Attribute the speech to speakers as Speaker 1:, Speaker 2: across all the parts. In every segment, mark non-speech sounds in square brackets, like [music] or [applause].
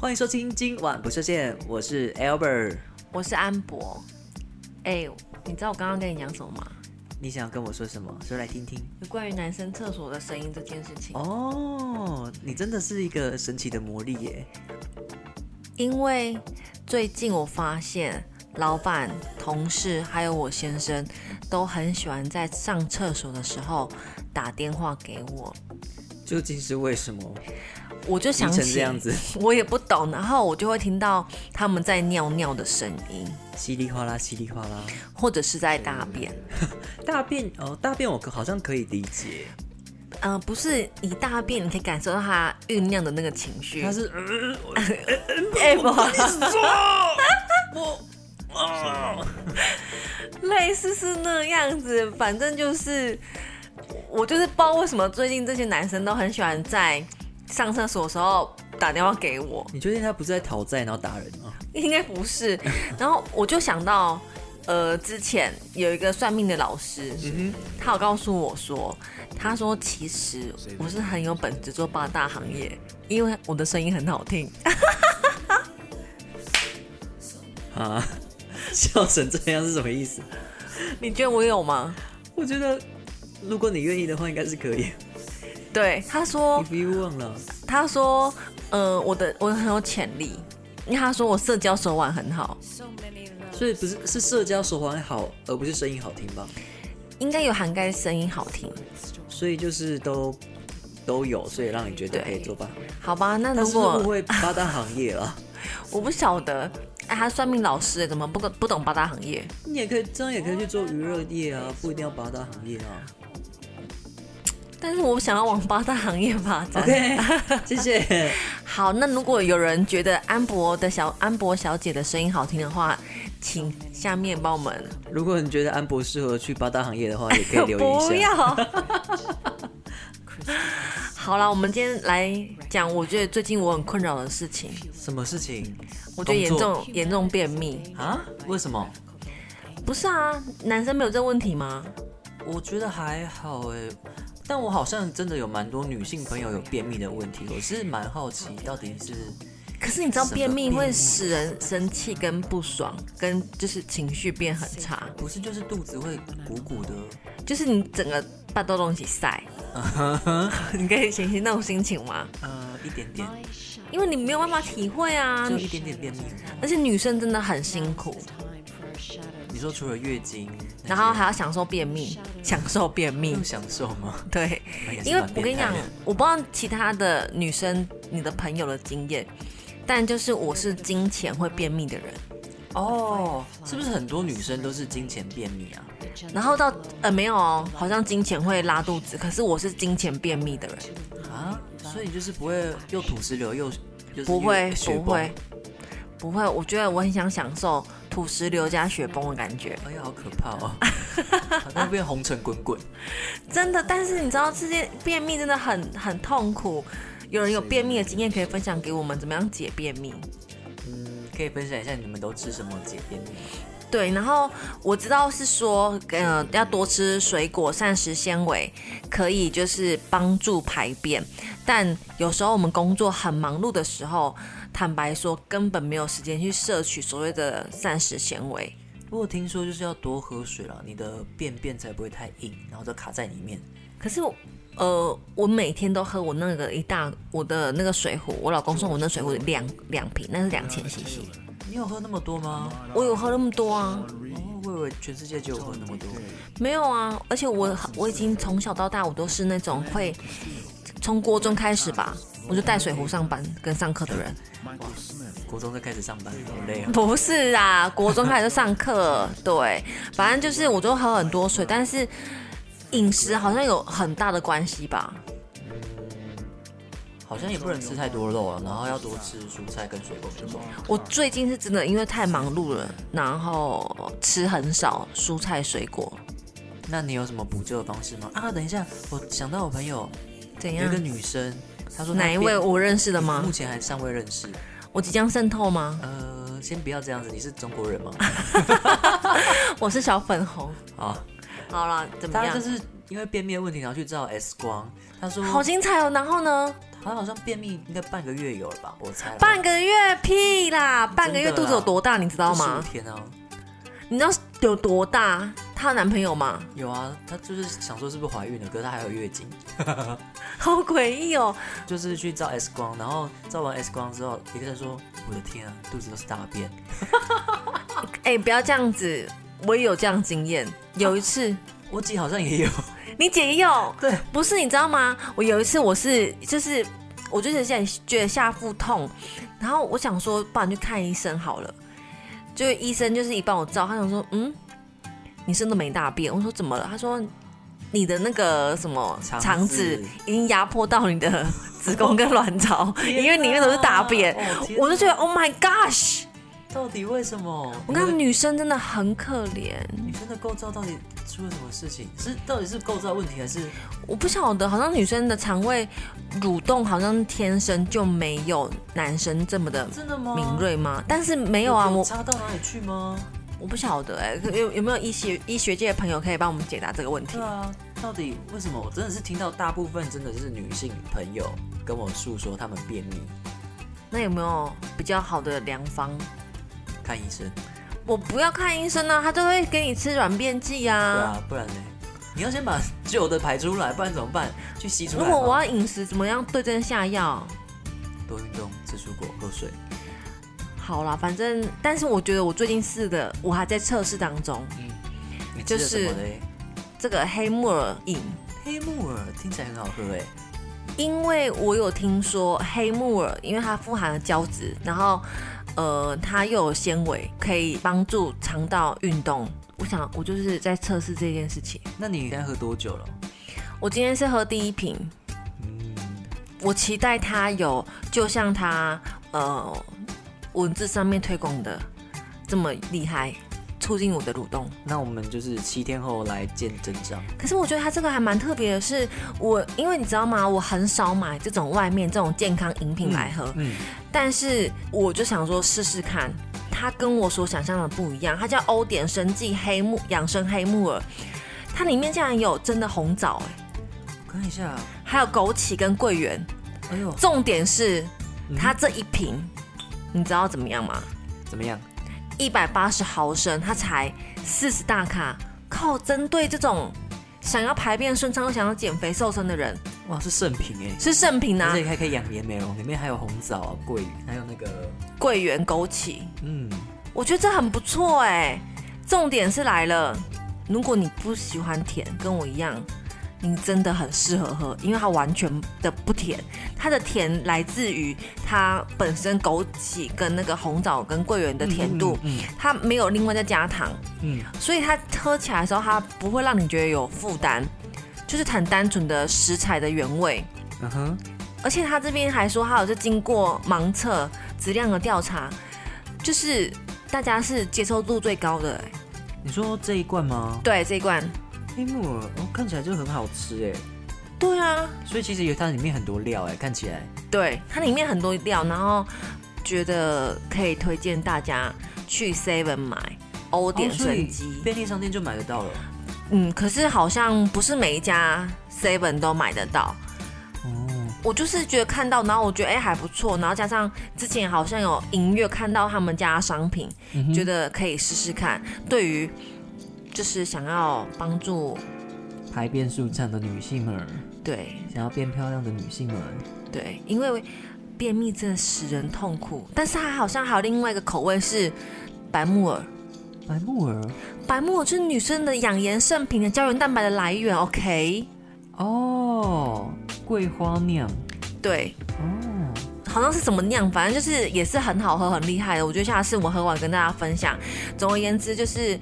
Speaker 1: 欢迎收听今晚不设限，我是 Albert。
Speaker 2: 我是安博。哎、你知道我刚刚跟你讲什么吗？
Speaker 1: 你想要跟我说什么？说来听听。
Speaker 2: 有关于男生厕所的声音这件事情。
Speaker 1: 哦，你真的是一个神奇的魔力耶！
Speaker 2: 因为最近我发现，老板、同事还有我先生都很喜欢在上厕所的时候打电话给我，
Speaker 1: 究竟是为什么
Speaker 2: 我就
Speaker 1: 变
Speaker 2: 想
Speaker 1: 成
Speaker 2: 起
Speaker 1: 这样子，
Speaker 2: [laughs] 我也不懂，然后我就会听到他们在尿尿的声音，
Speaker 1: 稀里哗啦，稀里哗啦？
Speaker 2: 或者是在大便。
Speaker 1: 大便哦，大便我可好像可以理解，
Speaker 2: 嗯、不是你大便，你可以感受到他酝酿的那个情绪。
Speaker 1: 它是呃，我
Speaker 2: [laughs] 哎、不好意思
Speaker 1: 我 [laughs] 啊，
Speaker 2: 类似是那样子，反正就是我就是不知道为什么最近这些男生都很喜欢在上厕所的时候打电话给我，
Speaker 1: 你确定他不是在讨债然后打人吗？
Speaker 2: 应该不是。然后我就想到，呃，之前有一个算命的老师，他有告诉我说，他说其实我是很有本事做八大行业，因为我的声音很好听。 [laughs]
Speaker 1: 啊，笑成这样是什么意思？
Speaker 2: 你觉得我有吗？
Speaker 1: 我觉得如果你愿意的话，应该是可以。
Speaker 2: 对，他说
Speaker 1: If you want 了，
Speaker 2: 他说，呃，我的我很有潜力，因为他说我社交手腕很好，
Speaker 1: 所以不是是社交手环好，而不是声音好听吧？
Speaker 2: 应该有涵盖声音好听，
Speaker 1: 所以就是都都有，所以让你觉得可以做吧。
Speaker 2: 好吧？那
Speaker 1: 但
Speaker 2: 如
Speaker 1: 是不
Speaker 2: 果
Speaker 1: 会八大行业啊了，
Speaker 2: 我不晓得，哎，他算命老师哎怎么不懂不懂八大行业？
Speaker 1: [laughs] 你也可以这样，也可以去做娱乐业啊，不一定要八大行业啊。
Speaker 2: 但是我想要往八大行业发
Speaker 1: [laughs]
Speaker 2: 展。
Speaker 1: OK，谢谢。
Speaker 2: 好，那如果有人觉得安博的小安博小姐的声音好听的话，请下面帮我们
Speaker 1: 如果你觉得安博适合去八大行业 [laughs] 的话，也可以留言一下。
Speaker 2: [laughs] 不要。好了，我们今天来讲，我觉得最近我很困扰的事情。
Speaker 1: 什么事情
Speaker 2: 我觉得严
Speaker 1: 工
Speaker 2: 重严重便秘，
Speaker 1: 啊？为什么？
Speaker 2: 不是啊，男生没有这问题吗？
Speaker 1: 我觉得还好哎，但我好像真的有蛮多女性朋友有便秘的问题，我是蛮好奇到底是
Speaker 2: 可是你知道
Speaker 1: 什么
Speaker 2: 便秘
Speaker 1: 便秘
Speaker 2: 会使人生气跟不爽，跟就是情绪变很差，
Speaker 1: 不是就是肚子会鼓鼓的？
Speaker 2: 就是你整个把多东西 [laughs] 塞。你可以形容那种心情吗？
Speaker 1: 呃，一点点，
Speaker 2: 因为你没有办法体会啊
Speaker 1: 就，一点点便秘。
Speaker 2: 而且女生真的很辛苦，
Speaker 1: 你说除了月经，
Speaker 2: 然后还要享受便秘，享受便秘
Speaker 1: 更，享受
Speaker 2: [laughs]
Speaker 1: 吗？
Speaker 2: 对。
Speaker 1: 嗯也是
Speaker 2: 因为
Speaker 1: 蛮
Speaker 2: 我跟
Speaker 1: 变
Speaker 2: 你
Speaker 1: 态
Speaker 2: 讲
Speaker 1: 的，
Speaker 2: 我不知道其他的女生你的朋友的经验，但就是我是金钱会便秘的人，
Speaker 1: [laughs] 哦，是不是很多女生都是金钱便秘啊？
Speaker 2: 然后到呃没有哦，好像金钱会拉肚子，可是我是金钱便秘的人，
Speaker 1: 啊，所以就是不会又吐石榴又就是
Speaker 2: 不
Speaker 1: 又
Speaker 2: 会
Speaker 1: 血
Speaker 2: 不
Speaker 1: 崩
Speaker 2: 会，不会，我觉得我很想享受土石流加雪崩的感觉，
Speaker 1: 哎呀，好可怕
Speaker 2: [laughs]
Speaker 1: 哦！好像变红尘滚滚，
Speaker 2: 真的。但是你知道这些便秘真的很很痛苦，有人有便秘的经验可以分享给我们，怎么样解便秘？
Speaker 1: 嗯，可以分享一下你们都吃什么解便秘吗？
Speaker 2: 对，然后我知道是说，呃，要多吃水果、膳食纤维，可以就是帮助排便。但有时候我们工作很忙碌的时候，坦白说根本没有时间去摄取所谓的膳食纤维。
Speaker 1: 我有听说就是要多喝水啦，你的便便才不会太硬，然后都卡在里面。
Speaker 2: 可是我，呃，我每天都喝我那个一大我的那个水壶，我老公送我那水壶两两瓶，那是两千 CC，
Speaker 1: 你有喝那么多吗？
Speaker 2: 我有喝那么多啊。
Speaker 1: 哦，我以为全世界只有喝那么多。
Speaker 2: 没有啊，而且我我已经从小到大我都是那种会从国中开始吧，我就带水壶上班跟上课的人。
Speaker 1: 国中就开始上班，好累啊！
Speaker 2: [laughs] 不是啊，国中开始就上课，对，反正就是啊我都喝很多水，但是饮食好像有很大的关系吧。
Speaker 1: 好像也不能吃太多肉啊，然后要多吃蔬菜跟水果嗯没错。
Speaker 2: 我最近是真的因为太忙碌了，然后吃很少蔬菜水果，
Speaker 1: 那你有什么补救的方式吗？啊，等一下，我想到我朋友
Speaker 2: 怎
Speaker 1: 有一
Speaker 2: 样
Speaker 1: 个？女生，她说她
Speaker 2: 哪一
Speaker 1: 便
Speaker 2: 位我认识的吗
Speaker 1: 目？前还尚未认识。
Speaker 2: 我即将渗透 [laughs] 吗？
Speaker 1: 呃， [laughs] 先不要这样子，你是中国人吗？
Speaker 2: 我是小粉红。
Speaker 1: 啊，
Speaker 2: 好了，怎么
Speaker 1: 他
Speaker 2: 样
Speaker 1: 就？是因为便秘的问题，然后去照 X 光，他说
Speaker 2: 好精彩哦！然后呢？
Speaker 1: 他好像便秘应该半个月有了吧，我猜啦
Speaker 2: 半个月屁啦，半个月
Speaker 1: 真的
Speaker 2: 肚
Speaker 1: 啦
Speaker 2: 子有多大，你知
Speaker 1: 15
Speaker 2: 道吗？
Speaker 1: 天啊，
Speaker 2: 你知道有多大？她有男朋友吗？ [laughs]
Speaker 1: 有啊，她就是想说是不是怀孕了，可是她还有月经，
Speaker 2: 好诡异哦！
Speaker 1: 就是去照 X 光，然后照完 X 光之后，一个人说我的天啊，肚子都是大便，
Speaker 2: 哎、不要这样子，我也有这样经验。有一次，
Speaker 1: 我姐好像也有，
Speaker 2: [laughs] 你姐也有，
Speaker 1: [laughs] 对，
Speaker 2: 不是你知道吗？我有一次我是就是，我就是现在觉得下腹痛，然后我想说，不然去看医生好了。就医生就是一帮我照，他想说，嗯，你真的没大便。我说怎么了？他说你的那个什么
Speaker 1: 肠子
Speaker 2: 肠子已经压迫到你的 [laughs] 子宫跟卵巢，因为里面都是大便。
Speaker 1: 天哪哦天
Speaker 2: 我就觉得 Oh my gosh！
Speaker 1: 到底为什么？
Speaker 2: 我跟你讲
Speaker 1: 你
Speaker 2: 女生真的很可怜，
Speaker 1: 女生的构造到底出了什么事情？是到底是构造问题还是
Speaker 2: 我不晓得，好像女生的肠胃蠕动好像天生就没有男生这么的
Speaker 1: 真的吗？
Speaker 2: 敏锐吗？但是没有啊，我
Speaker 1: 差到哪里去吗？
Speaker 2: 我不晓得哎、可有有没有医学医学界的朋友可以帮我们解答这个问题
Speaker 1: 对？啊，到底为什么？我真的是听到大部分真的是女性朋友跟我诉说她们便秘，
Speaker 2: 那有没有比较好的良方？
Speaker 1: 看医生。
Speaker 2: 我不要看医生啊，他都会给你吃软便剂
Speaker 1: 对
Speaker 2: 啊。
Speaker 1: 啊，不然呢？你要先把旧的排出来，不然怎么办？去吸出来
Speaker 2: 如
Speaker 1: 吗。
Speaker 2: 果我要饮食怎么样对症下药？
Speaker 1: 多运动、吃蔬果、喝水，
Speaker 2: 好啦，反正但是我觉得我最近试的，我还在测试当中。
Speaker 1: 你吃了
Speaker 2: 就
Speaker 1: 哎什
Speaker 2: 是
Speaker 1: 么嘞？
Speaker 2: 这个黑木耳饮，
Speaker 1: 黑木耳听起来很好喝哎，
Speaker 2: 因为我有听说黑木耳，因为它富含了胶质，然后呃，它又有纤维，可以帮助肠道运动。我想，我就是在测试这件事情。
Speaker 1: 那你现在喝多久了？
Speaker 2: 我今天是喝第一瓶，
Speaker 1: 嗯，
Speaker 2: 我期待它有，就像它呃文字上面推广的这么厉害，促进我的蠕动。
Speaker 1: 那我们就是七天后来见真章。
Speaker 2: 可是我觉得它这个还蛮特别的是，我因为你知道吗？我很少买这种外面这种健康饮品来喝，
Speaker 1: 嗯，
Speaker 2: 但是我就想说试试看，它跟我所想象的不一样。它叫欧典生记黑木养生黑木耳，它里面竟然有真的红枣、欸，
Speaker 1: 看一下，
Speaker 2: 还有枸杞跟桂圆。
Speaker 1: 哎呦，
Speaker 2: 重点是
Speaker 1: 嗯
Speaker 2: 它这一瓶，你知道怎么样吗？
Speaker 1: 怎么样？
Speaker 2: 一百八十毫升，它才四十大卡，靠！针对这种想要排便顺畅又想要减肥瘦身的人，
Speaker 1: 哇，是圣品哎。
Speaker 2: 是圣品啊
Speaker 1: 而，且还可以养颜美容，里面还有红枣啊、桂鱼，还有那个
Speaker 2: 桂圆、枸杞，
Speaker 1: 嗯，
Speaker 2: 我觉得这很不错哎、重点是来了，如果你不喜欢甜，跟我一样，你真的很适合喝，因为它完全的不甜，它的甜来自于它本身枸杞跟那个红枣跟桂圆的甜度，
Speaker 1: 嗯
Speaker 2: 它没有另外再加糖，
Speaker 1: 嗯，
Speaker 2: 所以它喝起来的时候，它不会让你觉得有负担，就是很单纯的食材的原味。
Speaker 1: 嗯嗯哼，
Speaker 2: 而且他这边还说，还有是经过盲测质量的调查，就是大家是接受度最高的、欸。
Speaker 1: 你说这一罐吗？
Speaker 2: 对这一罐，
Speaker 1: 黑木耳哦，看起来就很好吃哎，
Speaker 2: 对啊，
Speaker 1: 所以其实有它里面很多料哎，看起来
Speaker 2: 对它里面很多料，然后觉得可以推荐大家去 Seven 买欧典
Speaker 1: 哦所以
Speaker 2: 生机。
Speaker 1: 便利商店就买得到了。
Speaker 2: 嗯，可是好像不是每一家 Seven 都买得到。
Speaker 1: 哦，
Speaker 2: 我就是觉得看到，然后我觉得哎、还不错，然后加上之前好像有隐约看到他们家的商品，
Speaker 1: 嗯哼
Speaker 2: 觉得可以试试看。对于就是想要帮助，
Speaker 1: 排便舒畅的女性们，
Speaker 2: 对
Speaker 1: 想要变漂亮的女性们，
Speaker 2: 对，因为便秘真的使人痛苦，但是它好像还有另外一个口味是白木耳，
Speaker 1: 白木耳
Speaker 2: 白木耳就是女生的养颜圣品的胶原蛋白的来源。OK，
Speaker 1: 哦，桂花酿
Speaker 2: 对，
Speaker 1: 哦，
Speaker 2: 好像是怎么酿，反正就是也是很好喝，很厉害的。我觉得下次我喝完跟大家分享。总而言之，就是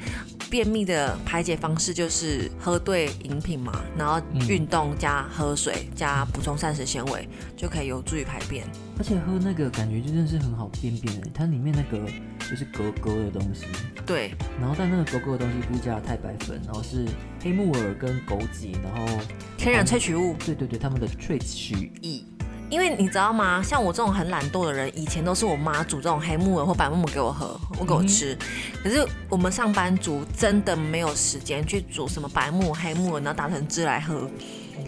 Speaker 2: 便秘的排解方式就是喝对饮品嘛，然后
Speaker 1: 嗯
Speaker 2: 运动加喝水加补充膳食纤维，就可以有助于排便。
Speaker 1: 而且喝那个感觉就真的是很好便便哎，它里面那个就是格格的东西，
Speaker 2: 对，
Speaker 1: 然后但那个狗狗的东西不加了太白粉，然后是黑木耳跟枸杞，然后
Speaker 2: 天然萃取物
Speaker 1: 对对对，他们的萃取
Speaker 2: 乙因为你知道吗？像我这种很懒惰的人，以前都是我妈煮这种黑木耳或白木耳给我喝，我给我吃。可是我们上班族真的没有时间去煮什么白木耳、黑木耳，然后打成汁来喝。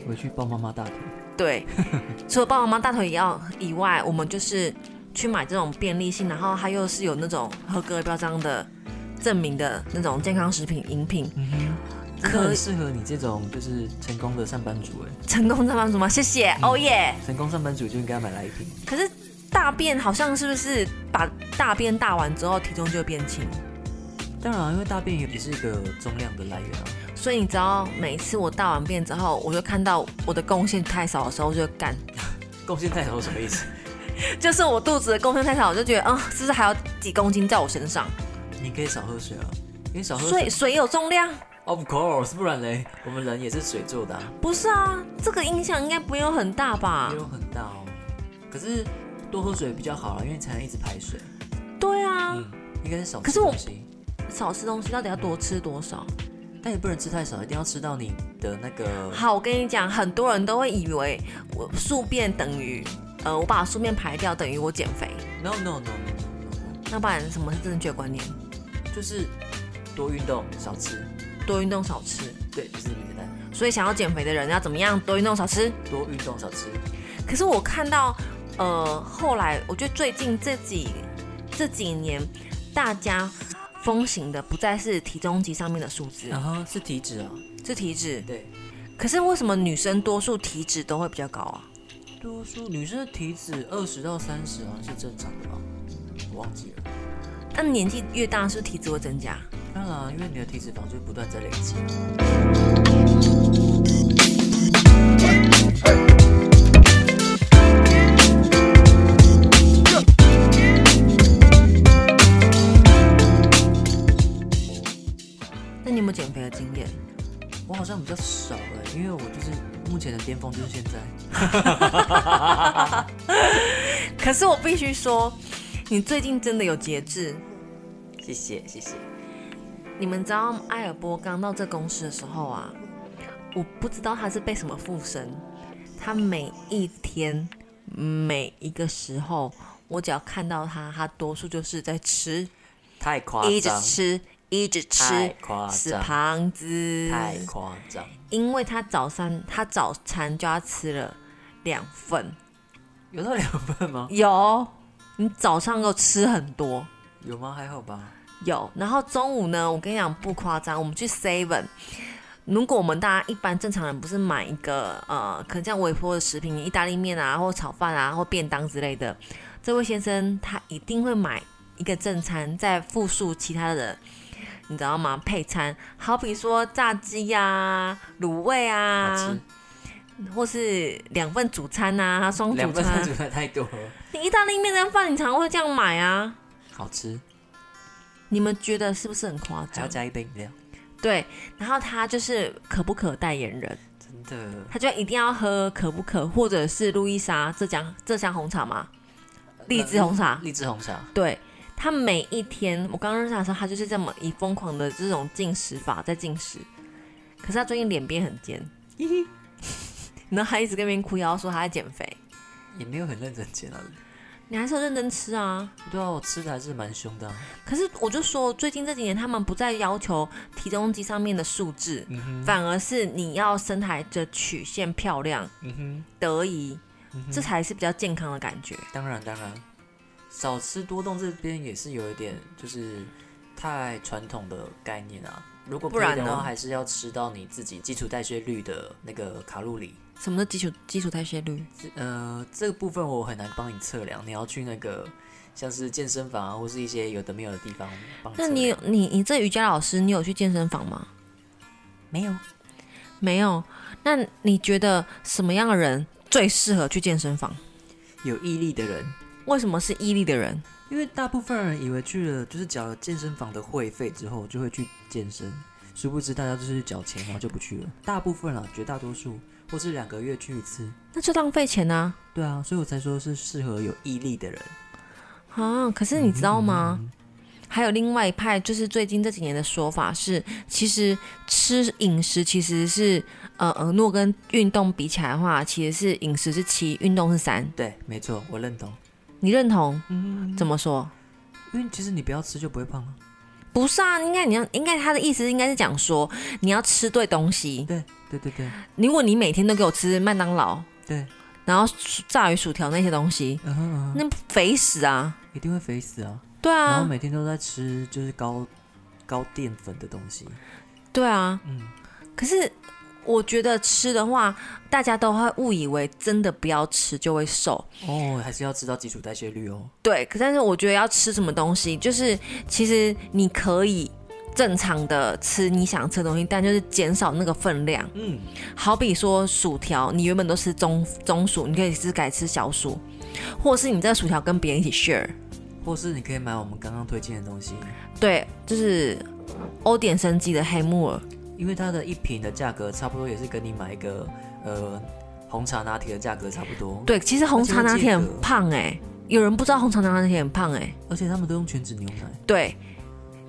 Speaker 1: 回去抱妈妈大腿。
Speaker 2: 对， [laughs] 除了爸爸妈妈大腿也要以外，我们就是去买这种便利性，然后它又是有那种合格标章的证明的那种健康食品饮品，
Speaker 1: 嗯哼，真的
Speaker 2: 可
Speaker 1: 很适合你这种就是成功的上班族哎，
Speaker 2: 成功在帮助吗？谢谢，哦耶！
Speaker 1: 成功上班族就应该买来一瓶。
Speaker 2: 可是大便好像是不是把大便大完之后体重就会变轻？
Speaker 1: 当然啊，因为大便也是一个重量的来源啊。
Speaker 2: 所以你知道，每一次我大完便之后，我就看到我的贡献太少的时候，我就干， [laughs]
Speaker 1: 贡献太少是什么意思？ [laughs]
Speaker 2: 就是我肚子的贡献太少，我就觉得，啊、是不是还有几公斤在我身上？
Speaker 1: 你可以少喝水啊，因为少喝
Speaker 2: 水
Speaker 1: 水
Speaker 2: 水有重量。
Speaker 1: ，of course，不然嘞，我们人也是水做的、啊，
Speaker 2: 不是啊，这个影响应该不用很大吧
Speaker 1: 没？有很大哦。可是多喝水比较好啊啦，因为才能一直排水。
Speaker 2: 对啊，
Speaker 1: 嗯，应该是少
Speaker 2: 可
Speaker 1: 吃
Speaker 2: 是我
Speaker 1: 东西，
Speaker 2: 少吃东西到底要多吃多少？
Speaker 1: 但也不能吃太少，一定要吃到你的那个
Speaker 2: 好，我跟你讲，很多人都会以为我宿便等于，呃，我把宿便排掉等于我减肥，
Speaker 1: no no no no no, no, no
Speaker 2: 那不然什么是正确观念？
Speaker 1: 就是多运动少吃，
Speaker 2: 多运动少吃。
Speaker 1: 对，就是这么简单。
Speaker 2: 所以想要减肥的人要怎么样？多运动少吃。
Speaker 1: 多运动少吃，
Speaker 2: 可是我看到，呃，后来我觉得最近这几这几年，大家风行的不再是体重级上面的数字，
Speaker 1: 然后是体脂啊，
Speaker 2: 是体脂。
Speaker 1: 对，
Speaker 2: 可是为什么女生多数体脂都会比较高啊？
Speaker 1: 多数女生的体脂二十到三十好像是正常的吧，我忘记了。
Speaker 2: 那年纪越大，是不是体脂会增加？
Speaker 1: 当然啊，因为你的体脂肪就不断在累积。
Speaker 2: 那你有没有减肥的经验？
Speaker 1: 我好像比较少哎、因为我就是目前的巅峰就是现在。
Speaker 2: 可是我必须说，你最近真的有节制。
Speaker 1: 谢谢谢谢。
Speaker 2: 你们知道艾尔波刚到这公司的时候啊，我不知道他是被什么附身，他每一天每一个时候，我只要看到他，他多数就是在吃，
Speaker 1: 太夸
Speaker 2: 一直
Speaker 1: 张，
Speaker 2: 吃，一直
Speaker 1: 太
Speaker 2: 吃，
Speaker 1: 夸
Speaker 2: 死
Speaker 1: 张，
Speaker 2: 胖子，
Speaker 1: 太夸张。
Speaker 2: 因为他早餐他早餐就要吃了两份，
Speaker 1: 有到两份吗？
Speaker 2: 有你早上给我吃很多，
Speaker 1: 有吗？还好吧。
Speaker 2: 有。然后中午呢，我跟你讲不夸张，我们去 Seven，如果我们大家一般正常人不是买一个呃，可能像微波的食品，意大利面啊，或炒饭啊，或便当之类的，这位先生他一定会买一个正餐，再附述其他的。你知道吗？配餐，好比说炸鸡呀、卤味
Speaker 1: 好
Speaker 2: 啊，
Speaker 1: 吃，
Speaker 2: 或是两份主餐啊，双
Speaker 1: 两
Speaker 2: 主
Speaker 1: 份
Speaker 2: 餐
Speaker 1: 主。菜太多了。
Speaker 2: 你意大利面跟饭，你常会这样买啊？
Speaker 1: 好吃，
Speaker 2: 你们觉得是不是很夸
Speaker 1: 还要
Speaker 2: 张？
Speaker 1: 加一杯饮料，
Speaker 2: 对，然后他就是可不可代言人，
Speaker 1: 真的。
Speaker 2: 他就一定要喝可不可，或者是路易莎浙江浙江红茶嘛，荔枝红茶。
Speaker 1: 荔枝红茶，
Speaker 2: 对他每一天，我刚认识他的时候，他就是这么以疯狂的这种进食法在进食。可是他最近脸变很 [laughs] 尖，然后他一直跟别人哭腰说他在减肥，
Speaker 1: 也没有很认真煎啊。
Speaker 2: 你还是要认真吃啊。
Speaker 1: 对啊，我吃的还是蛮凶的啊、
Speaker 2: 可是我就说，最近这几年他们不再要求体重机上面的数字，
Speaker 1: 嗯哼，
Speaker 2: 反而是你要身材的曲线漂亮
Speaker 1: 嗯哼，
Speaker 2: 得宜，
Speaker 1: 嗯
Speaker 2: 这
Speaker 1: 哼。
Speaker 2: 才是比较健康的感觉。
Speaker 1: 当然当然，少吃多动这边也是有一点就是太传统的概念啊。如果
Speaker 2: 不然
Speaker 1: 可以的
Speaker 2: 呢
Speaker 1: 话，还是要吃到你自己基础代谢率的那个卡路里。
Speaker 2: 什么是基础基础代谢率？
Speaker 1: 呃，这个部分我很难帮你测量，你要去那个像是健身房啊，或是一些有的没有的地方帮你测量。
Speaker 2: 那你有你你这瑜伽老师，你有去健身房吗？
Speaker 1: 没有？
Speaker 2: 没有。那你觉得什么样的人最适合去健身房？
Speaker 1: 有毅力的人，
Speaker 2: 为什么是毅力的人？
Speaker 1: 因为大部分人以为去了就是缴了健身房的会费之后就会去健身，殊不知大家就是缴钱然后就不去了。大部分啊，绝大多数或是两个月去一次。
Speaker 2: 那就浪费钱啊！
Speaker 1: 对啊，所以我才说是适合有毅力的人。嗯
Speaker 2: 啊，可是你知道吗？还有另外一派，就是最近这几年的说法是，其实吃饮食其实是呃呃诺跟运动比起来的话，其实是饮食是七，运动是三。
Speaker 1: 对，没错，我认同。
Speaker 2: 你认同？
Speaker 1: 嗯
Speaker 2: 怎么说？
Speaker 1: 因为其实你不要吃就不会胖啊。
Speaker 2: 不是啊，应该你要应该他的意思应该是讲说你要吃对东西。
Speaker 1: 对对对对
Speaker 2: 如果你每天都给我吃麦当劳，
Speaker 1: 对，
Speaker 2: 然后薯炸鱼薯条那些东西，
Speaker 1: 嗯哼嗯哼，
Speaker 2: 那肥死啊！
Speaker 1: 一定会肥死啊。
Speaker 2: 对
Speaker 1: 然后
Speaker 2: 啊，
Speaker 1: 每天都在吃就是高高淀粉的东西。
Speaker 2: 对啊。
Speaker 1: 嗯，
Speaker 2: 可是我觉得吃的话，大家都会误以为真的不要吃就会瘦。
Speaker 1: 哦，还是要知道基础代谢率哦。
Speaker 2: 对，可但是我觉得要吃什么东西，就是其实你可以正常的吃你想吃的东西，但就是减少那个分量。
Speaker 1: 嗯，
Speaker 2: 好比说薯条，你原本都吃中中薯，你可以是改吃小薯，或是你这个薯条跟别人一起 share。
Speaker 1: 或是你可以买我们刚刚推荐的东西，
Speaker 2: 对，就是欧典生机的黑木耳。
Speaker 1: 因为它的一瓶的价格差不多也是跟你买一个呃红茶拿铁的价格差不多。，
Speaker 2: 对，其实红茶拿铁
Speaker 1: 而且会
Speaker 2: 很
Speaker 1: 记得
Speaker 2: 胖哎、有人不知道红茶拿铁很胖哎、
Speaker 1: 而且他们都用全脂牛奶。
Speaker 2: 对，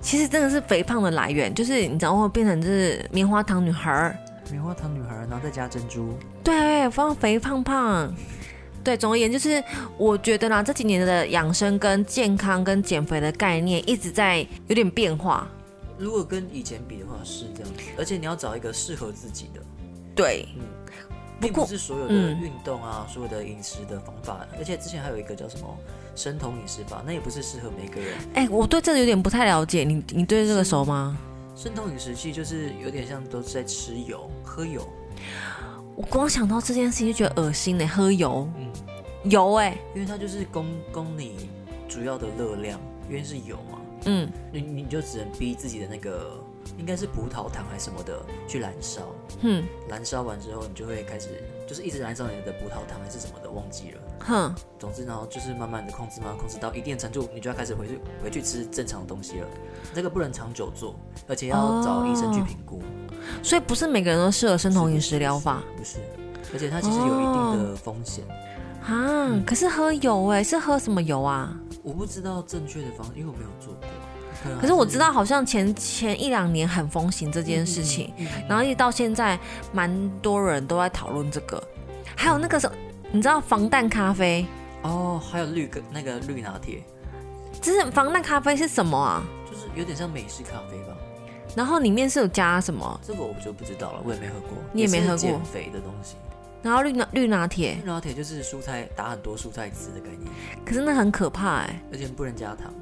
Speaker 2: 其实真的是肥胖的来源，就是你知道会变成就是棉花糖女孩儿，
Speaker 1: 棉花糖女孩，然后再加珍珠。
Speaker 2: 对，放肥胖胖。对，总而言之，就是我觉得啦，这几年的养生跟健康跟减肥的概念一直在有点变化。
Speaker 1: 如果跟以前比的话是这样子，而且你要找一个适合自己的，嗯
Speaker 2: 对，
Speaker 1: 并
Speaker 2: 过
Speaker 1: 不是所有的
Speaker 2: 嗯
Speaker 1: 运动啊、所有的饮食的方法，而且之前还有一个叫什么生酮饮食法，那也不是适合每个人。
Speaker 2: 哎，我对这个有点不太了解，你你对这个熟吗？
Speaker 1: 生酮饮食其实就是有点像都是在吃油、喝油，
Speaker 2: 我光想到这件事情就觉得恶心呢、喝油，
Speaker 1: 嗯
Speaker 2: 油哎、
Speaker 1: 因为它就是供供你主要的热量，因为是油嘛，
Speaker 2: 嗯，
Speaker 1: 你你就只能逼自己的那个应该是葡萄糖还是什么的去燃烧，
Speaker 2: 哼
Speaker 1: 燃烧完之后你就会开始就是一直燃烧你的葡萄糖还是什么的，忘记了。
Speaker 2: 哼，
Speaker 1: 总之，然后就是慢慢的控制，慢慢控制到一定的程度，你就要开始回去回去吃正常的东西了。这个不能长久做，而且要找医生去评估。
Speaker 2: 所以不是每个人都适合生酮饮食疗法。
Speaker 1: 不是，而且它其实有一定的风险。
Speaker 2: 啊，可是喝油哎、是喝什么油啊？
Speaker 1: 我不知道正确的方，因为我没有做过。可能还
Speaker 2: 可是我知道，好像前前一两年很风行这件事情，然后一直到现在，蛮多人都在讨论这个。还有那个什么，你知道防弹咖啡？
Speaker 1: 哦，还有绿跟那个绿拿铁，
Speaker 2: 就是防弹咖啡是什么啊？
Speaker 1: 就是有点像美式咖啡吧。
Speaker 2: 然后里面是有加什么？
Speaker 1: 这个我就不知道了，我也没喝过。
Speaker 2: 你也没喝过
Speaker 1: 是减肥的东西。哎
Speaker 2: 然后绿拿绿拿铁
Speaker 1: 绿，拿铁就是蔬菜打很多蔬菜汁的概念，
Speaker 2: 可是那很可怕哎、
Speaker 1: 而且不能加糖。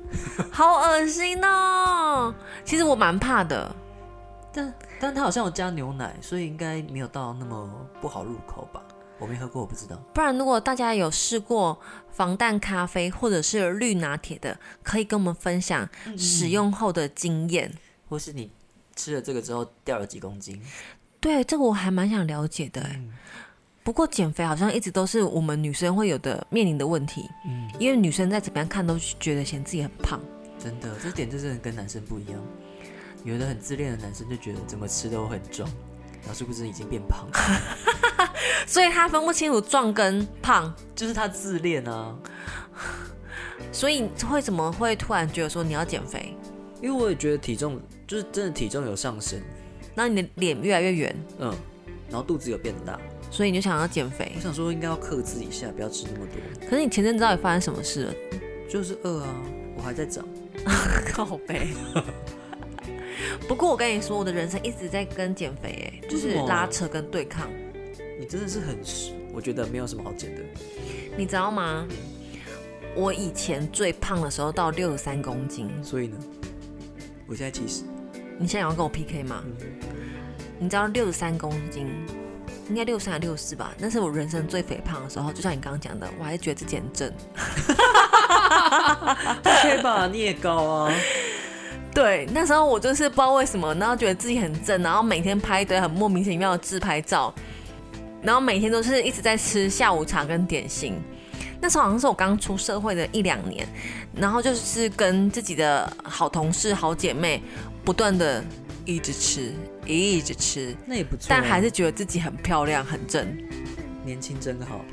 Speaker 2: 好恶心哦！其实我蛮怕的，
Speaker 1: 但但它好像有加牛奶，所以应该没有到那么不好入口吧？我没喝过，我不知道。
Speaker 2: 不然如果大家有试过防弹咖啡或者是绿拿铁的，可以跟我们分享使用后的经验。
Speaker 1: 或是你吃了这个之后掉了几公斤？
Speaker 2: 对，这个我还蛮想了解的欸。
Speaker 1: 嗯
Speaker 2: 不过减肥好像一直都是我们女生会有的面临的问题，
Speaker 1: 嗯，
Speaker 2: 因为女生再怎么样看都觉得嫌自己很胖。
Speaker 1: 真的，这点就真的跟男生不一样。有的很自恋的男生就觉得怎么吃都很壮，然后是不是已经变胖了？
Speaker 2: 所以她分不清楚壮跟胖，
Speaker 1: 就是他自恋啊。
Speaker 2: 所以会怎么会突然觉得说你要减肥，
Speaker 1: 因为我也觉得体重就是真的体重有上升，
Speaker 2: 然后你的脸越来越圆，
Speaker 1: 嗯，然后肚子有变大。
Speaker 2: 所以你就想要减肥
Speaker 1: 我。想说应该要克制一下，不要吃那么多。
Speaker 2: 可是你前阵子到底发生什么
Speaker 1: [laughs]
Speaker 2: 事了？
Speaker 1: 就是饿啊，我还在长。
Speaker 2: 靠背。 [laughs] 不过我跟你说，我的人生一直在跟减肥、哎，就
Speaker 1: 为
Speaker 2: 是
Speaker 1: 什么
Speaker 2: 拉扯跟对抗。
Speaker 1: 你真的是很，我觉得没有什么好减的。
Speaker 2: 你知道吗？我以前最胖的时候到六十三公斤，
Speaker 1: 所以呢，我现在其实
Speaker 2: 你现在想要跟我 PK 吗？你知道六十三公斤，应该六三还六四吧？那是我人生最肥胖的时候，就像你刚刚讲的，我还是觉得自己很正。
Speaker 1: OK 吧，你也高啊。
Speaker 2: 对，那时候我就是不知道为什么，然后觉得自己很正，然后每天拍一堆很莫名其妙的自拍照，然后每天都是一直在吃下午茶跟点心。那时候好像是我刚出社会的一两年，然后就是跟自己的好同事、好姐妹不断的一直吃，一直吃，
Speaker 1: 那也不错啊、
Speaker 2: 但还是觉得自己很漂亮、很正。
Speaker 1: 年轻真好。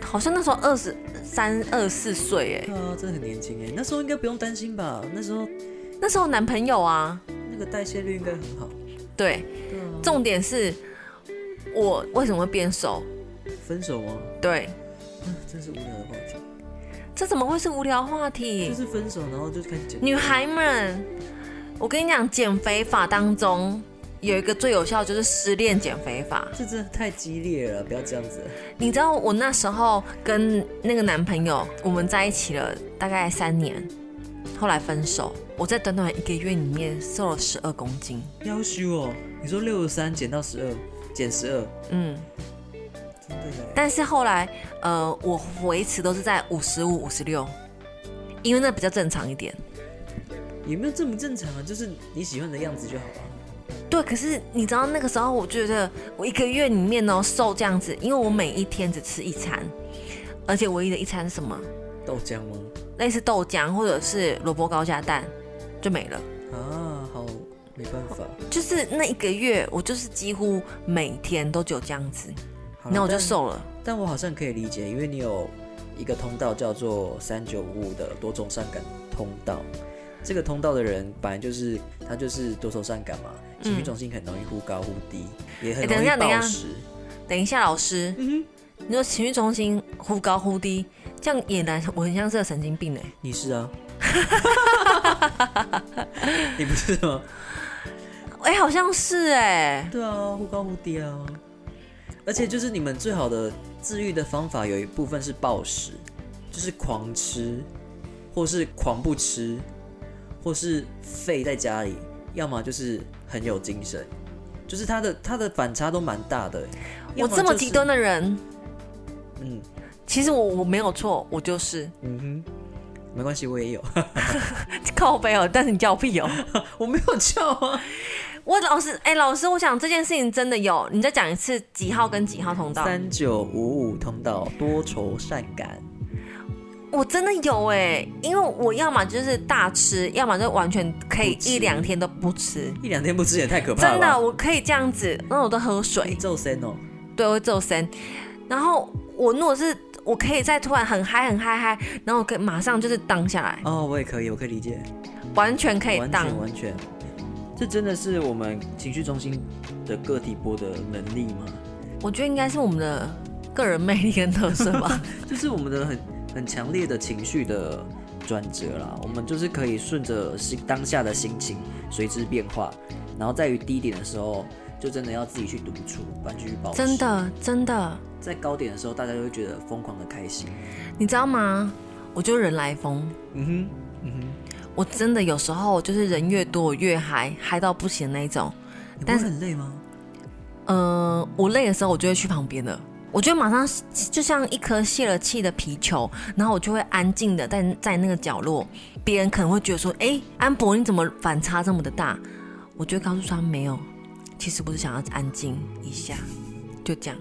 Speaker 2: 好像那时候二十三、二四岁，哎，
Speaker 1: 欸对啊，真的很年轻哎，那时候应该不用担心吧？那时候
Speaker 2: 那时候男朋友啊，
Speaker 1: 那个代谢率应该很好。
Speaker 2: 对，
Speaker 1: 对啊，
Speaker 2: 重点是我为什么会变瘦？
Speaker 1: 分手吗？
Speaker 2: 对，
Speaker 1: 啊真是无聊的话题。
Speaker 2: 这怎么会是无聊话
Speaker 1: 就
Speaker 2: 题？
Speaker 1: 是分手，然后就开始减。
Speaker 2: 女孩们，我跟你讲，减肥法当中有一个最有效的就是失恋减肥法。
Speaker 1: 这真的太激烈了，不要这样子。
Speaker 2: 你知道我那时候跟那个男朋友，我们在一起了大概三年，后来分手。我在短短一个月里面瘦了十二公斤，
Speaker 1: 要修哦，你说六十三减到十二，减十二，
Speaker 2: 嗯，
Speaker 1: 真的耶
Speaker 2: 但是后来呃，我维持都是在五十五、五十六，因为那比较正常一点。
Speaker 1: 也没有正不正常啊，就是你喜欢的样子就好了。
Speaker 2: 对，可是你知道那个时候，我觉得我一个月里面呢瘦这样子，因为我每一天只吃一餐，而且唯一的一餐是什么？
Speaker 1: 豆浆吗？
Speaker 2: 类似豆浆或者是萝卜糕加蛋，就没了。
Speaker 1: 啊，好，没办法。
Speaker 2: 就是那一个月，我就是几乎每天都只有这样子，
Speaker 1: 好啦
Speaker 2: 那我就
Speaker 1: 但
Speaker 2: 瘦了。
Speaker 1: 但我好像可以理解，因为你有一个通道叫做三九五五的多愁善感通道。这个通道的人本来就是他就是多愁善感嘛，情绪中心很容易忽高忽低，也很
Speaker 2: 哎
Speaker 1: 容
Speaker 2: 等一
Speaker 1: 易
Speaker 2: 下等一
Speaker 1: 暴
Speaker 2: 下
Speaker 1: 食。
Speaker 2: 等一下，老师，
Speaker 1: 嗯
Speaker 2: 你说情绪中心忽高忽低，这样也难，我很像是个神经病哎、
Speaker 1: 你是 [laughs] 啊，你不是吗？
Speaker 2: 哎、好像是哎、
Speaker 1: 对啊，忽高忽低啊。而且就是你们最好的治愈的方法，有一部分是暴食，就是狂吃，或是狂不吃，或是废在家里，要么就是很有精神，就是他的他的反差都蛮大的欸、要
Speaker 2: 我
Speaker 1: 么
Speaker 2: 这么
Speaker 1: 就是
Speaker 2: 极端，的人，
Speaker 1: 嗯
Speaker 2: 其实我我没有错，我就是 [laughs]
Speaker 1: 嗯哼，没关系，我也有， [laughs]
Speaker 2: 靠背哦，但是你叫我屁哦。
Speaker 1: 我没有叫啊，
Speaker 2: 我老师，哎、老师，我想这件事情真的有，你再讲一次几号跟几号通道？
Speaker 1: 三九五五通道多愁善感，
Speaker 2: 我真的有哎、因为我要么就是大吃，要么就完全可以
Speaker 1: 不吃
Speaker 2: 一两天都不吃。
Speaker 1: 一两天不吃也太可怕了
Speaker 2: 真
Speaker 1: 吧，
Speaker 2: 的，我可以这样子，那我都喝
Speaker 1: 你
Speaker 2: 水，
Speaker 1: 咒身哦，
Speaker 2: 对，我会走神。然后我如果是我可以在突然很嗨很嗨嗨，然后我可以马上就是荡下来，
Speaker 1: 哦，我也可以，我可以理解。
Speaker 2: 完全可以
Speaker 1: 完
Speaker 2: 荡。
Speaker 1: 全完全，这真的是我们情绪中心的个体波的能力吗？
Speaker 2: 我觉得应该是我们的个人魅力跟特色
Speaker 1: [laughs]
Speaker 2: 吧。
Speaker 1: 就是我们的很很强烈的情绪的转折啦，我们就是可以顺着心当下的心情随之变化，然后在于低点的时候，就真的要自己去独处，不然继续保持。
Speaker 2: 真，的真的，
Speaker 1: 在高点的时候，大家就会觉得疯狂的开心。
Speaker 2: 你知道吗？我就人来疯，
Speaker 1: 嗯哼，嗯哼，
Speaker 2: 我真的有时候就是人越多我越嗨，嗨到不行的那一种。
Speaker 1: 你不
Speaker 2: 但
Speaker 1: 会
Speaker 2: 是
Speaker 1: 很累吗？
Speaker 2: 嗯，我累的时候，我就会去旁边的，我就马上就像一颗泄了气的皮球，然后我就会安静的在在那个角落。别人可能会觉得说：“哎，安博你怎么反差这么的大？”我就会告诉他没有，其实我是想要安静一下，就这样。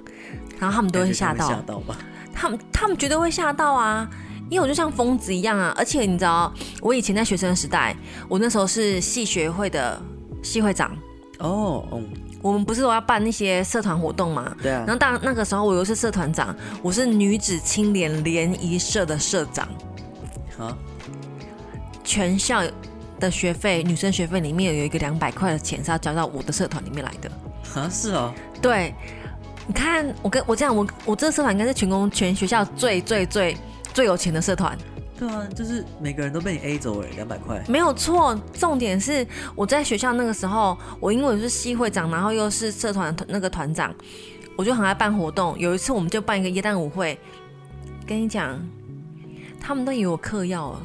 Speaker 2: 然后他们都会
Speaker 1: 感觉
Speaker 2: 吓
Speaker 1: 他们吓
Speaker 2: 到，
Speaker 1: 到吧？
Speaker 2: 他们他们绝对会吓到啊，因为我就像疯子一样啊。而且你知道，我以前在学生时代，我那时候是系学会的系会长，
Speaker 1: 哦，嗯，
Speaker 2: 我们不是都要办那些社团活动吗？
Speaker 1: 对啊
Speaker 2: 然，后当那个时候我又是社团长，我是女子青年联谊社的社长，
Speaker 1: 啊，
Speaker 2: 全校的学费，女生学费里面有一个两百块的钱是要交到我的社团里面来的。
Speaker 1: 啊，是哦，
Speaker 2: 对，你看我跟我这样，我我这个社团应该是全公全学校最最最最有钱的社团，
Speaker 1: 对啊，就是每个人都被你 A 走了，两百块。
Speaker 2: 没有错。重点是我在学校那个时候，我因为我是系会长，然后又是社团的那个团长，我就很爱办活动。有一次我们就办一个耶诞舞会，跟你讲，他们都以为我嗑药了。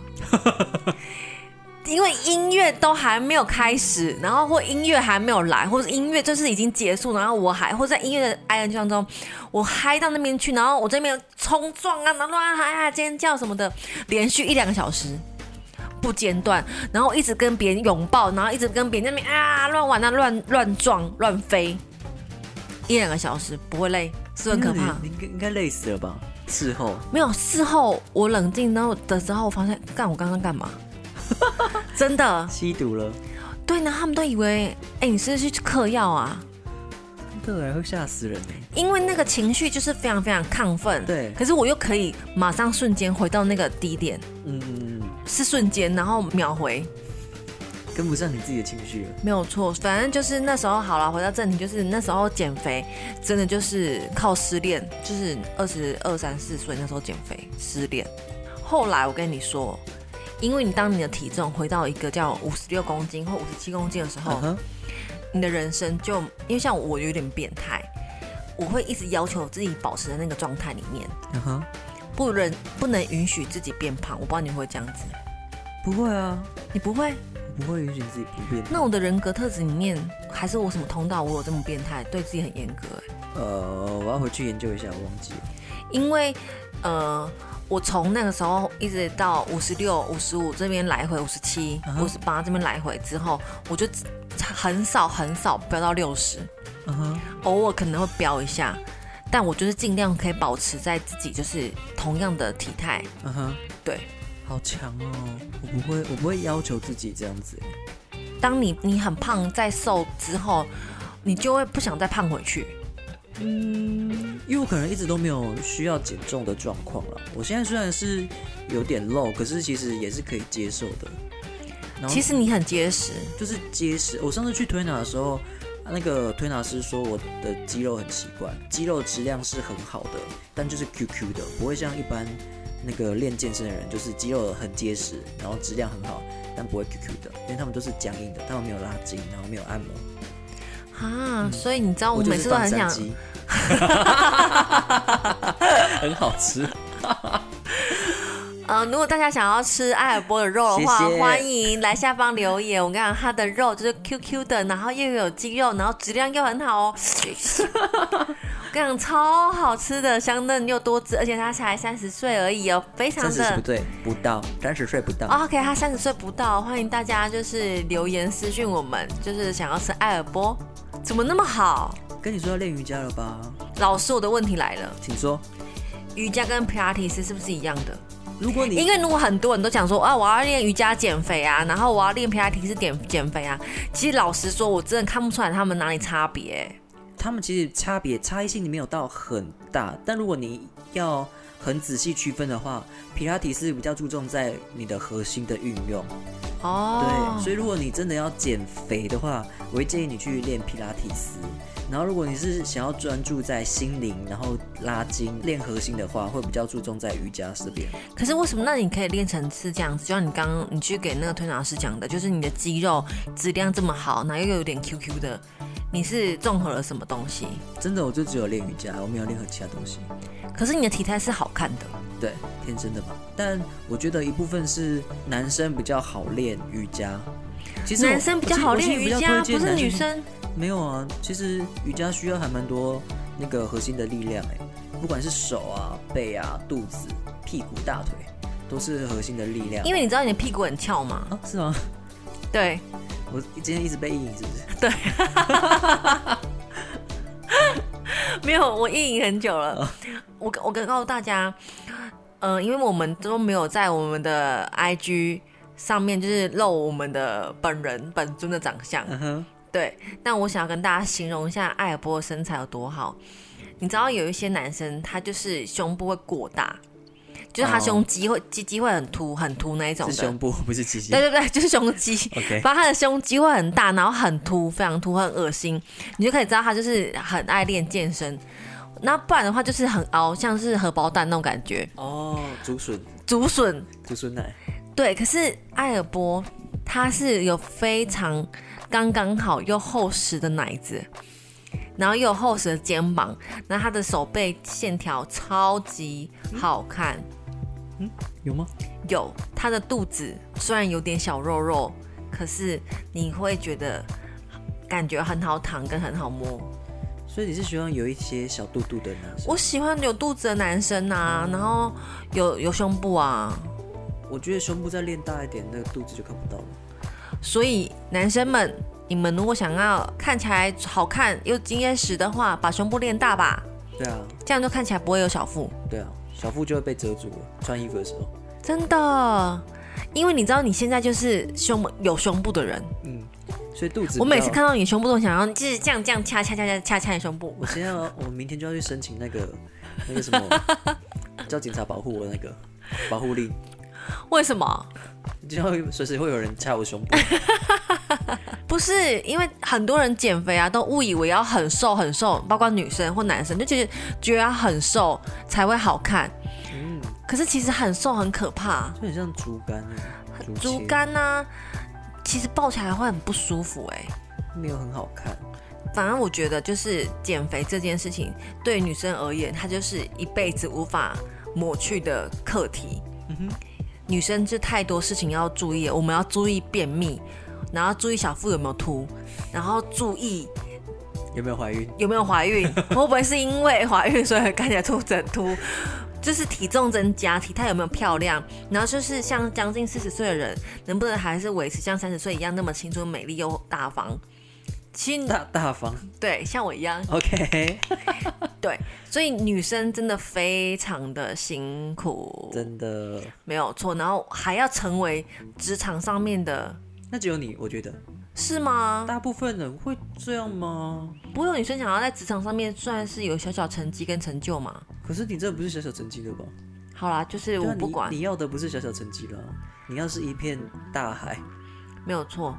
Speaker 2: 因为音乐都还没有开始，然后或音乐还没有来，或者音乐就是已经结束，然后我还或者在音乐的 I N 当中，我嗨到那边去，然后我这边冲撞啊，然后乱嗨啊尖叫什么的，连续一两个小时不间断，然后一直跟别人拥抱，然后一直跟别人那边啊乱玩啊乱乱撞乱飞，一两个小时不会累，是不是很可怕。
Speaker 1: 你应该应该累死了吧？事后
Speaker 2: 嗯没有，事后我冷静然后的时候，我发现干我刚刚干嘛？ [laughs] 真的，
Speaker 1: 吸毒了，
Speaker 2: 对呢，然后他们都以为，哎、你是不是去嗑药啊？
Speaker 1: 对，会吓死人欸
Speaker 2: 因为那个情绪就是非常非常亢奋，
Speaker 1: 对
Speaker 2: 可是我又可以马上瞬间回到那个低点，
Speaker 1: 嗯嗯嗯，
Speaker 2: 是瞬间，然后秒回，
Speaker 1: 跟不上你自己的情绪了。
Speaker 2: 没有错，反正就是那时候好了，回到正题，就是那时候减肥，真的就是靠失恋，就是二十二三四岁那时候减肥失恋。后来我跟你说，因为你当你的体重回到一个叫五十六公斤或五十七公斤的时候，
Speaker 1: 嗯哼，
Speaker 2: 你的人生就因为像我有点变态，我会一直要求自己保持在那个状态里面，
Speaker 1: 嗯哼，
Speaker 2: 不能不能允许自己变胖。我不知道你会不会这样子，
Speaker 1: 不会啊，
Speaker 2: 你不会？
Speaker 1: 我不会允许自己不变。
Speaker 2: 那我的人格特质里面，还是我什么通道我有这么变态，对自己很严格、欸
Speaker 1: 呃，我要回去研究一下，我忘记了。
Speaker 2: 因为呃，我从那个时候一直到五十六、五十五这边来回，五十七
Speaker 1: 嗯、哼
Speaker 2: 五十八这边来回之后，我就很少很少飙到六十，啊
Speaker 1: 嗯哼，
Speaker 2: 偶尔可能会飙一下，但我就是尽量可以保持在自己就是同样的体态。
Speaker 1: 嗯哼，
Speaker 2: 对，
Speaker 1: 好强哦！我不会，我不会要求自己这样子。欸
Speaker 2: 当你你很胖再瘦之后，你就会不想再胖回去。
Speaker 1: 因为我可能一直都没有需要减重的状况了。我现在虽然是有点肉，可是其实也是可以接受的。然后
Speaker 2: 其实你很结实，
Speaker 1: 就是结实。我上次去推拿的时候，那个推拿师说我的肌肉很奇怪，肌肉质量是很好的，但就是 QQ 的，不会像一般那个练健身的人，就是肌肉很结实，然后质量很好，但不会 QQ 的，因为他们都是僵硬的，他们没有拉筋，然后没有按摩。
Speaker 2: 啊，所以你知道我
Speaker 1: 嗯就
Speaker 2: 每
Speaker 1: 是
Speaker 2: 次都
Speaker 1: 半
Speaker 2: 很
Speaker 1: 山
Speaker 2: 想， [laughs]
Speaker 1: 鸡，很好吃。
Speaker 2: 呃，如果大家想要吃艾尔波的肉的话，
Speaker 1: 谢谢
Speaker 2: 欢迎来下方留言。我跟你讲，它的肉就是 QQ 的，然后又有肌肉，然后质量又很好
Speaker 1: [laughs]
Speaker 2: 哦。我跟你讲，超好吃的，香嫩又多汁，而且它才三十岁而已哦，非常
Speaker 1: 三十岁不
Speaker 2: 的。
Speaker 1: 对，不到三十岁不到。
Speaker 2: 哦 OK，他三十岁不到，欢迎大家就是留言私讯我们，就是想要吃艾尔波，怎么那么好？
Speaker 1: 跟你说要练瑜伽了吧？
Speaker 2: 老师，我的问题来了，
Speaker 1: 请说。
Speaker 2: 瑜伽跟 Pilates 是不是一样的？
Speaker 1: 如果你
Speaker 2: 因为如果很多人都讲说啊，我要练瑜伽减肥啊，然后我要练皮拉提是减减肥啊，其实老实说，我真的看不出来他们哪里差别、
Speaker 1: 他们其实差别差异性没有到很大，但如果你要很仔细区分的话，皮拉提是比较注重在你的核心的运用，
Speaker 2: 哦，
Speaker 1: 对，所以如果你真的要减肥的话，我会建议你去练皮拉提斯。然后如果你是想要专注在心灵，然后拉筋练核心的话，会比较注重在瑜伽这边。
Speaker 2: 可是为什么那你可以练成是这样子？就像你刚刚你去给那个推拿师讲的，就是你的肌肉质量这么好，然后又有点 QQ 的，你是综合了什么东西？
Speaker 1: 真的，我就只有练瑜伽，我没有练其他东西。
Speaker 2: 可是你的体态是好看的，
Speaker 1: 对，天生的吧。但我觉得一部分是男生比较好练瑜伽。其实我
Speaker 2: 男生比较好练瑜伽，不是
Speaker 1: 我其实我其实比较推荐男
Speaker 2: 女。生。
Speaker 1: 没有啊，其实瑜伽需要还蛮多那个核心的力量哎、不管是手啊、背啊、肚子、屁股、大腿，都是核心的力量。
Speaker 2: 因
Speaker 1: 为
Speaker 2: 为你知道你的屁股很翘嘛，
Speaker 1: 啊，是吗？ [laughs]
Speaker 2: 对，
Speaker 1: 我今天一直被意淫是不是？
Speaker 2: 没有，我意淫很久
Speaker 1: 哦
Speaker 2: 了。我我跟告诉大家，嗯、因为我们都没有在我们的 IG 上面就是露我们的本人本尊的长相。
Speaker 1: 嗯哼，
Speaker 2: 对，但我想要跟大家形容一下艾尔波的身材有多好。你知道有一些男生他就是胸部会过大，就是他
Speaker 1: 哦
Speaker 2: 胸肌会鸡鸡会很凸很凸那一种
Speaker 1: 是
Speaker 2: 的
Speaker 1: 胸。部不是鸡鸡
Speaker 2: 对。对对，就是胸肌。
Speaker 1: OK，
Speaker 2: 反正他的胸肌会很大，然后很凸，非常凸，很恶心，你就可以知道他就是很爱练健身。那不然的话就是很凹，像是荷包蛋那种感觉，
Speaker 1: 哦，竹笋，
Speaker 2: 竹笋。
Speaker 1: 竹笋奶，
Speaker 2: 对，可是艾尔波他是有非常刚刚好又厚实的奶子，然后又有厚实的肩膀，然后他的手背线条超级好看。
Speaker 1: 有吗？
Speaker 2: 有他的肚子虽然有点小肉肉，可是你会觉得感觉很好躺跟很好摸。
Speaker 1: 所以你是喜欢有一些小肚肚的男生？
Speaker 2: 我喜欢有肚子的男生啊，然后有有胸部啊，
Speaker 1: 我觉得胸部再练大一点，那个肚子就看不到了。
Speaker 2: 所以男生们，你们如果想要看起来好看又结实的话，把胸部练大吧，
Speaker 1: 对啊，
Speaker 2: 这样就看起来不会有小腹。
Speaker 1: 对啊，小腹就会被遮住了，穿衣服的时候。
Speaker 2: 真的，因为你知道你现在就是胸有胸部的人，
Speaker 1: 嗯，所以肚子。
Speaker 2: 我每次看，到你胸部都想要就是这样这样掐掐掐掐掐掐你胸部。
Speaker 1: 我现在要我明天就要去
Speaker 2: [laughs]
Speaker 1: 申请那个那个什么，叫警察保护我那个保护令。
Speaker 2: 为什么？
Speaker 1: 就要随时会有人掐我胸部。
Speaker 2: 不是因为很多人减肥啊，都误以为要很瘦很瘦，包括女生或男生，就觉得觉得要很瘦才会好看。
Speaker 1: 嗯，
Speaker 2: 可是其实很瘦很可怕，
Speaker 1: 就很像竹竿耶，
Speaker 2: 竹
Speaker 1: 切
Speaker 2: 竿呢、啊其实抱起来会很不舒服哎、
Speaker 1: 没有很好看。
Speaker 2: 反正我觉得，就是减肥这件事情，对女生而言，它就是一辈子无法抹去的课题。女生就太多事情要注意了，我们要注意便秘，然后注意小腹有没有凸，然后注意
Speaker 1: 有没有怀孕？
Speaker 2: 有没有怀孕，
Speaker 1: [laughs]
Speaker 2: 会不会是因为怀孕所以看起来凸整凸，就是体重增加，体态有没有漂亮，然后就是像将近四十岁的人，能不能还是维持像三十岁一样那么青春美丽又大方？其实
Speaker 1: 大大方
Speaker 2: 对，像我一样，
Speaker 1: ，OK， [laughs]
Speaker 2: 对，所以女生真的非常的辛苦，
Speaker 1: 真的。
Speaker 2: 没有错。然后还要成为职场上面的，
Speaker 1: 那只有你，我觉得
Speaker 2: 是吗？
Speaker 1: 大部分人会这样吗？
Speaker 2: 不过女生想要在职场上面算是有小小成绩跟成就嘛。
Speaker 1: 可是你这不是小小成绩了吧？
Speaker 2: 好啦，就是
Speaker 1: 对
Speaker 2: 我
Speaker 1: 啊
Speaker 2: 不管
Speaker 1: 你，，你要的不是小小成绩了，你要是一片大海。
Speaker 2: 没有错。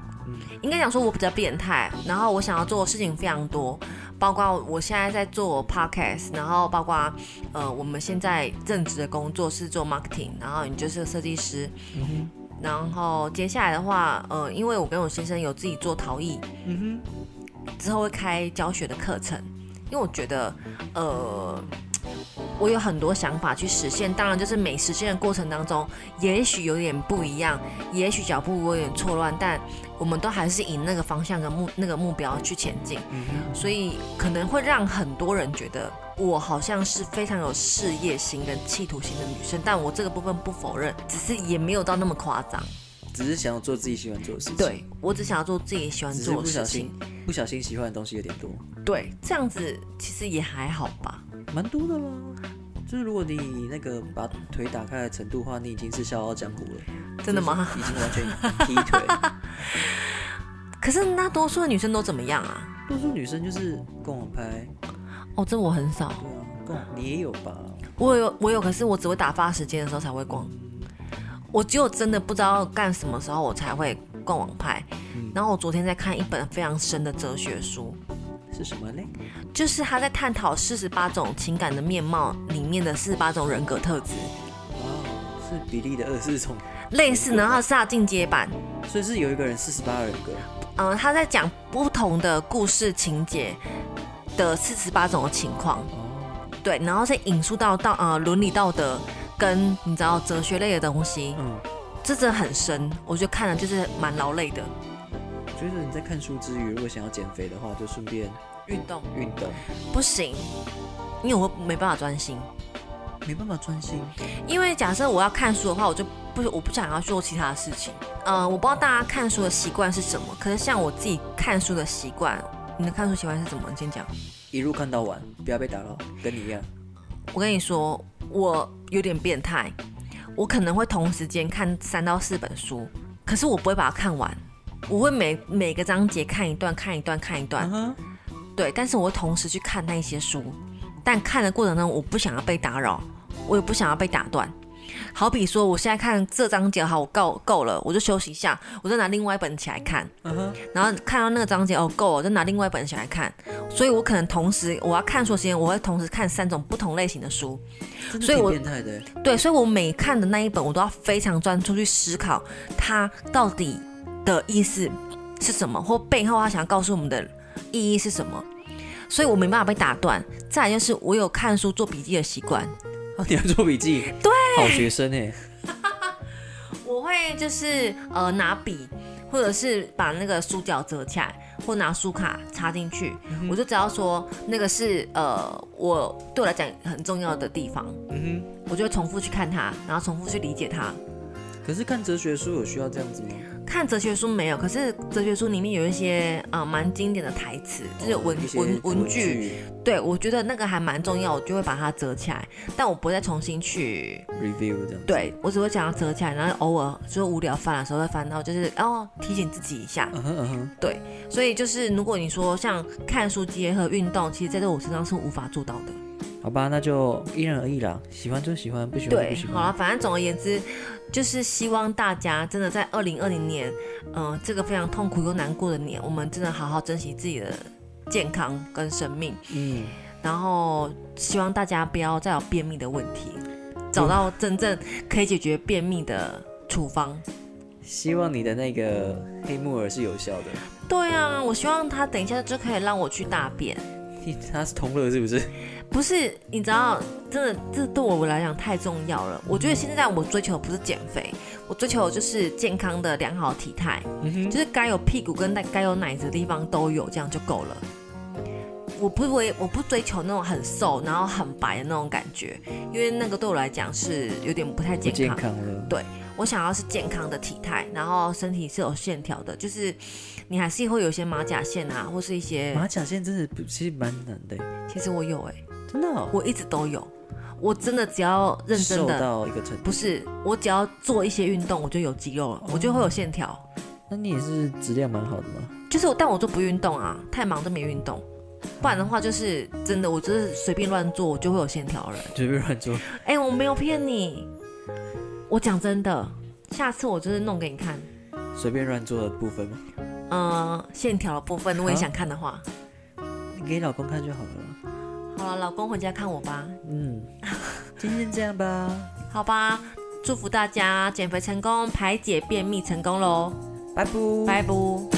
Speaker 2: 应该讲说，我比较变态，然后我想要做的事情非常多，包括我现在在做 podcast，然后包括呃，我们现在正职的工作是做 marketing，然后你就是个设计师，然后接下来的话，呃，因为我跟我先生有自己做陶艺，
Speaker 1: 嗯
Speaker 2: 之后会开教学的课程，因为我觉得，呃，我有很多想法去实现。当然，就是每实现的过程当中，也许有点不一样，也许脚步有点错乱，但我们都还是以那个方向跟目那个目标去前进。
Speaker 1: 哼，嗯哼，
Speaker 2: 所以可能会让很多人觉得我好像是非常有事业心跟企图心的女生，但我这个部分不否认，只是也没有到那么夸张。
Speaker 1: 只是想要做自己喜欢做的事情。
Speaker 2: 对，我只想要做自己喜欢
Speaker 1: 只是
Speaker 2: 做
Speaker 1: 不
Speaker 2: 的
Speaker 1: 小
Speaker 2: 事
Speaker 1: 心
Speaker 2: 情。
Speaker 1: 不小心喜欢的东西有点多，
Speaker 2: 对，这样子其实也还好吧。
Speaker 1: 蛮多的啦。就是如果你以那个把腿打开的程度的话，你已经是笑傲江湖了。
Speaker 2: 真的吗？
Speaker 1: 就是已经完全劈腿。 [laughs]
Speaker 2: 可是那多数的女生都怎么样啊？
Speaker 1: 多数女生就是跟我拍，
Speaker 2: 哦，这我很少，
Speaker 1: 对啊，跟我你也有吧？
Speaker 2: 我有我有，可是我只会打发时间的时候才会逛，我只有真的不知道干什么时候我才会逛网拍。然后我昨天在看一本非常深的哲学书，
Speaker 1: 是什么嘞？
Speaker 2: 就是他在探讨四十八种情感的面貌里面的四十八种人格特质，
Speaker 1: 哦，是比利的二十四重，
Speaker 2: 类似，然后是他进阶版。
Speaker 1: 所以是有一个人四十八人格。
Speaker 2: 嗯、他在讲不同的故事情节的四十八种的情况，
Speaker 1: 哦，
Speaker 2: 对，然后再引述到道呃伦理道德跟你知道哲学类的东西，
Speaker 1: 嗯，
Speaker 2: 这真的很深，我觉得看了就是蛮劳累的。
Speaker 1: 觉得你在看书之余，如果想要减肥的话，就顺便
Speaker 2: 运动
Speaker 1: 运动，
Speaker 2: 不行，因为我会没办法专心。
Speaker 1: 没办法专心。
Speaker 2: 因为假设我要看书的话，我就不我不想要做其他的事情。呃，我不知道大家看书的习惯是什么，可是像我自己看书的习惯，你的看书习惯是什么？你先讲。
Speaker 1: 一路看到完，不要被打扰，跟你一样。
Speaker 2: 我跟你说，我有点变态，我可能会同时间看三到四本书，可是我不会把它看完，我会每每个章节看一段，看一段，看一段
Speaker 1: 嗯，哼，
Speaker 2: 对，但是我会同时去看那一些书，但看的过程中，我不想要被打扰，我也不想要被打断。好比说，我现在看这章节，好，我够够了，我就休息一下，我再拿另外一本起来看，
Speaker 1: 嗯哼，
Speaker 2: 然后看到那个章节哦够了，我再拿另外一本起来看。所以我可能同时我要看书的时间，我会同时看三种不同类型的书。
Speaker 1: 真的
Speaker 2: 所以
Speaker 1: 挺
Speaker 2: 我
Speaker 1: 变态的欸。
Speaker 2: 对，所以我每看的那一本，我都要非常专注去思考它到底的意思是什么，或背后它想要告诉我们的意义是什么。所以我没办法被打断。再来就是我有看书做笔记的习惯，
Speaker 1: 啊，你要做笔记？对，好学生哎。
Speaker 2: 我会就是呃拿笔，或者是把那个书角折起来，或拿书卡插进去，
Speaker 1: 嗯
Speaker 2: 我就只要说那个是呃我对我来讲很重要的地方，
Speaker 1: 嗯哼。
Speaker 2: 我就会重复去看它，然后重复去理解它。
Speaker 1: 可是看哲学书有需要这样子吗？
Speaker 2: 看哲学书没有，可是哲学书里面有一些呃蛮经典的台词，就是文
Speaker 1: 哦一些
Speaker 2: 文文
Speaker 1: 文
Speaker 2: 句，对我觉得那个还蛮重要，我就会把它折起来，但我不会再重新去，
Speaker 1: review 这样。，
Speaker 2: 对我只会想要折起来，然后偶尔就无聊翻的时候会翻到，就是哦提醒自己一下。
Speaker 1: 嗯哼嗯哼，
Speaker 2: 所以就是如果你说像看书结合运动，其实在这我身上是无法做到的。
Speaker 1: 好吧，那就因人而异啦，喜欢就喜欢，不喜欢就不
Speaker 2: 对
Speaker 1: 喜，
Speaker 2: 好了，啊
Speaker 1: 欢。
Speaker 2: 反正总而言之，就是希望大家真的在二零二零年，嗯、这个非常痛苦又难过的年，我们真的好好珍惜自己的健康跟生命，
Speaker 1: 嗯，
Speaker 2: 然后希望大家不要再有便秘的问题，找到真正可以解决便秘的处方。
Speaker 1: 希望你的那个黑木耳是有效的。
Speaker 2: 对啊，我希望他等一下就可以让我去大便。
Speaker 1: 你它是同乐是不是？
Speaker 2: 不是，你知道，真的，这对我来讲太重要了。我觉得现在我追求的不是减肥，我追求的就是健康的良好体态，
Speaker 1: 嗯
Speaker 2: 就是该有屁股跟该有奶子的地方都有，这样就够了。我不为我不追求那种很瘦然后很白的那种感觉，因为那个对我来讲是有点不太
Speaker 1: 不
Speaker 2: 健
Speaker 1: 健
Speaker 2: 康。
Speaker 1: 康了。
Speaker 2: 我想要是健康的体态，然后身体是有线条的，就是你还是会有一些马甲线啊，或是一些，
Speaker 1: 马甲线真的不其实蛮难的，欸
Speaker 2: 其实我有哎、
Speaker 1: 真的哦、
Speaker 2: 我一直都有，我真的只要认真
Speaker 1: 瘦
Speaker 2: 的，
Speaker 1: 到一个程度。
Speaker 2: 不是我只要做一些运动，我就有肌
Speaker 1: 哦
Speaker 2: 肉了，我就会有线条。
Speaker 1: 那你也是质量蛮好的嘛？
Speaker 2: 就是我，但我就不运动啊，太忙都没运动。不然的话，就是真的，我就是随便乱做，我就会有线条了。
Speaker 1: 随便乱做，
Speaker 2: 哎、我没有骗你，我讲真的，下次我就是弄给你看。
Speaker 1: 随便乱做的部分嘛，
Speaker 2: 呃，线条的部分，
Speaker 1: 啊
Speaker 2: 如果你想看的话，
Speaker 1: 你给老公看就好了啦。
Speaker 2: 好了，老公回家看我吧，
Speaker 1: 嗯，今天这样吧，
Speaker 2: 好吧。祝福大家减肥成功，排解便秘成功喽，
Speaker 1: 拜拜。
Speaker 2: 拜拜。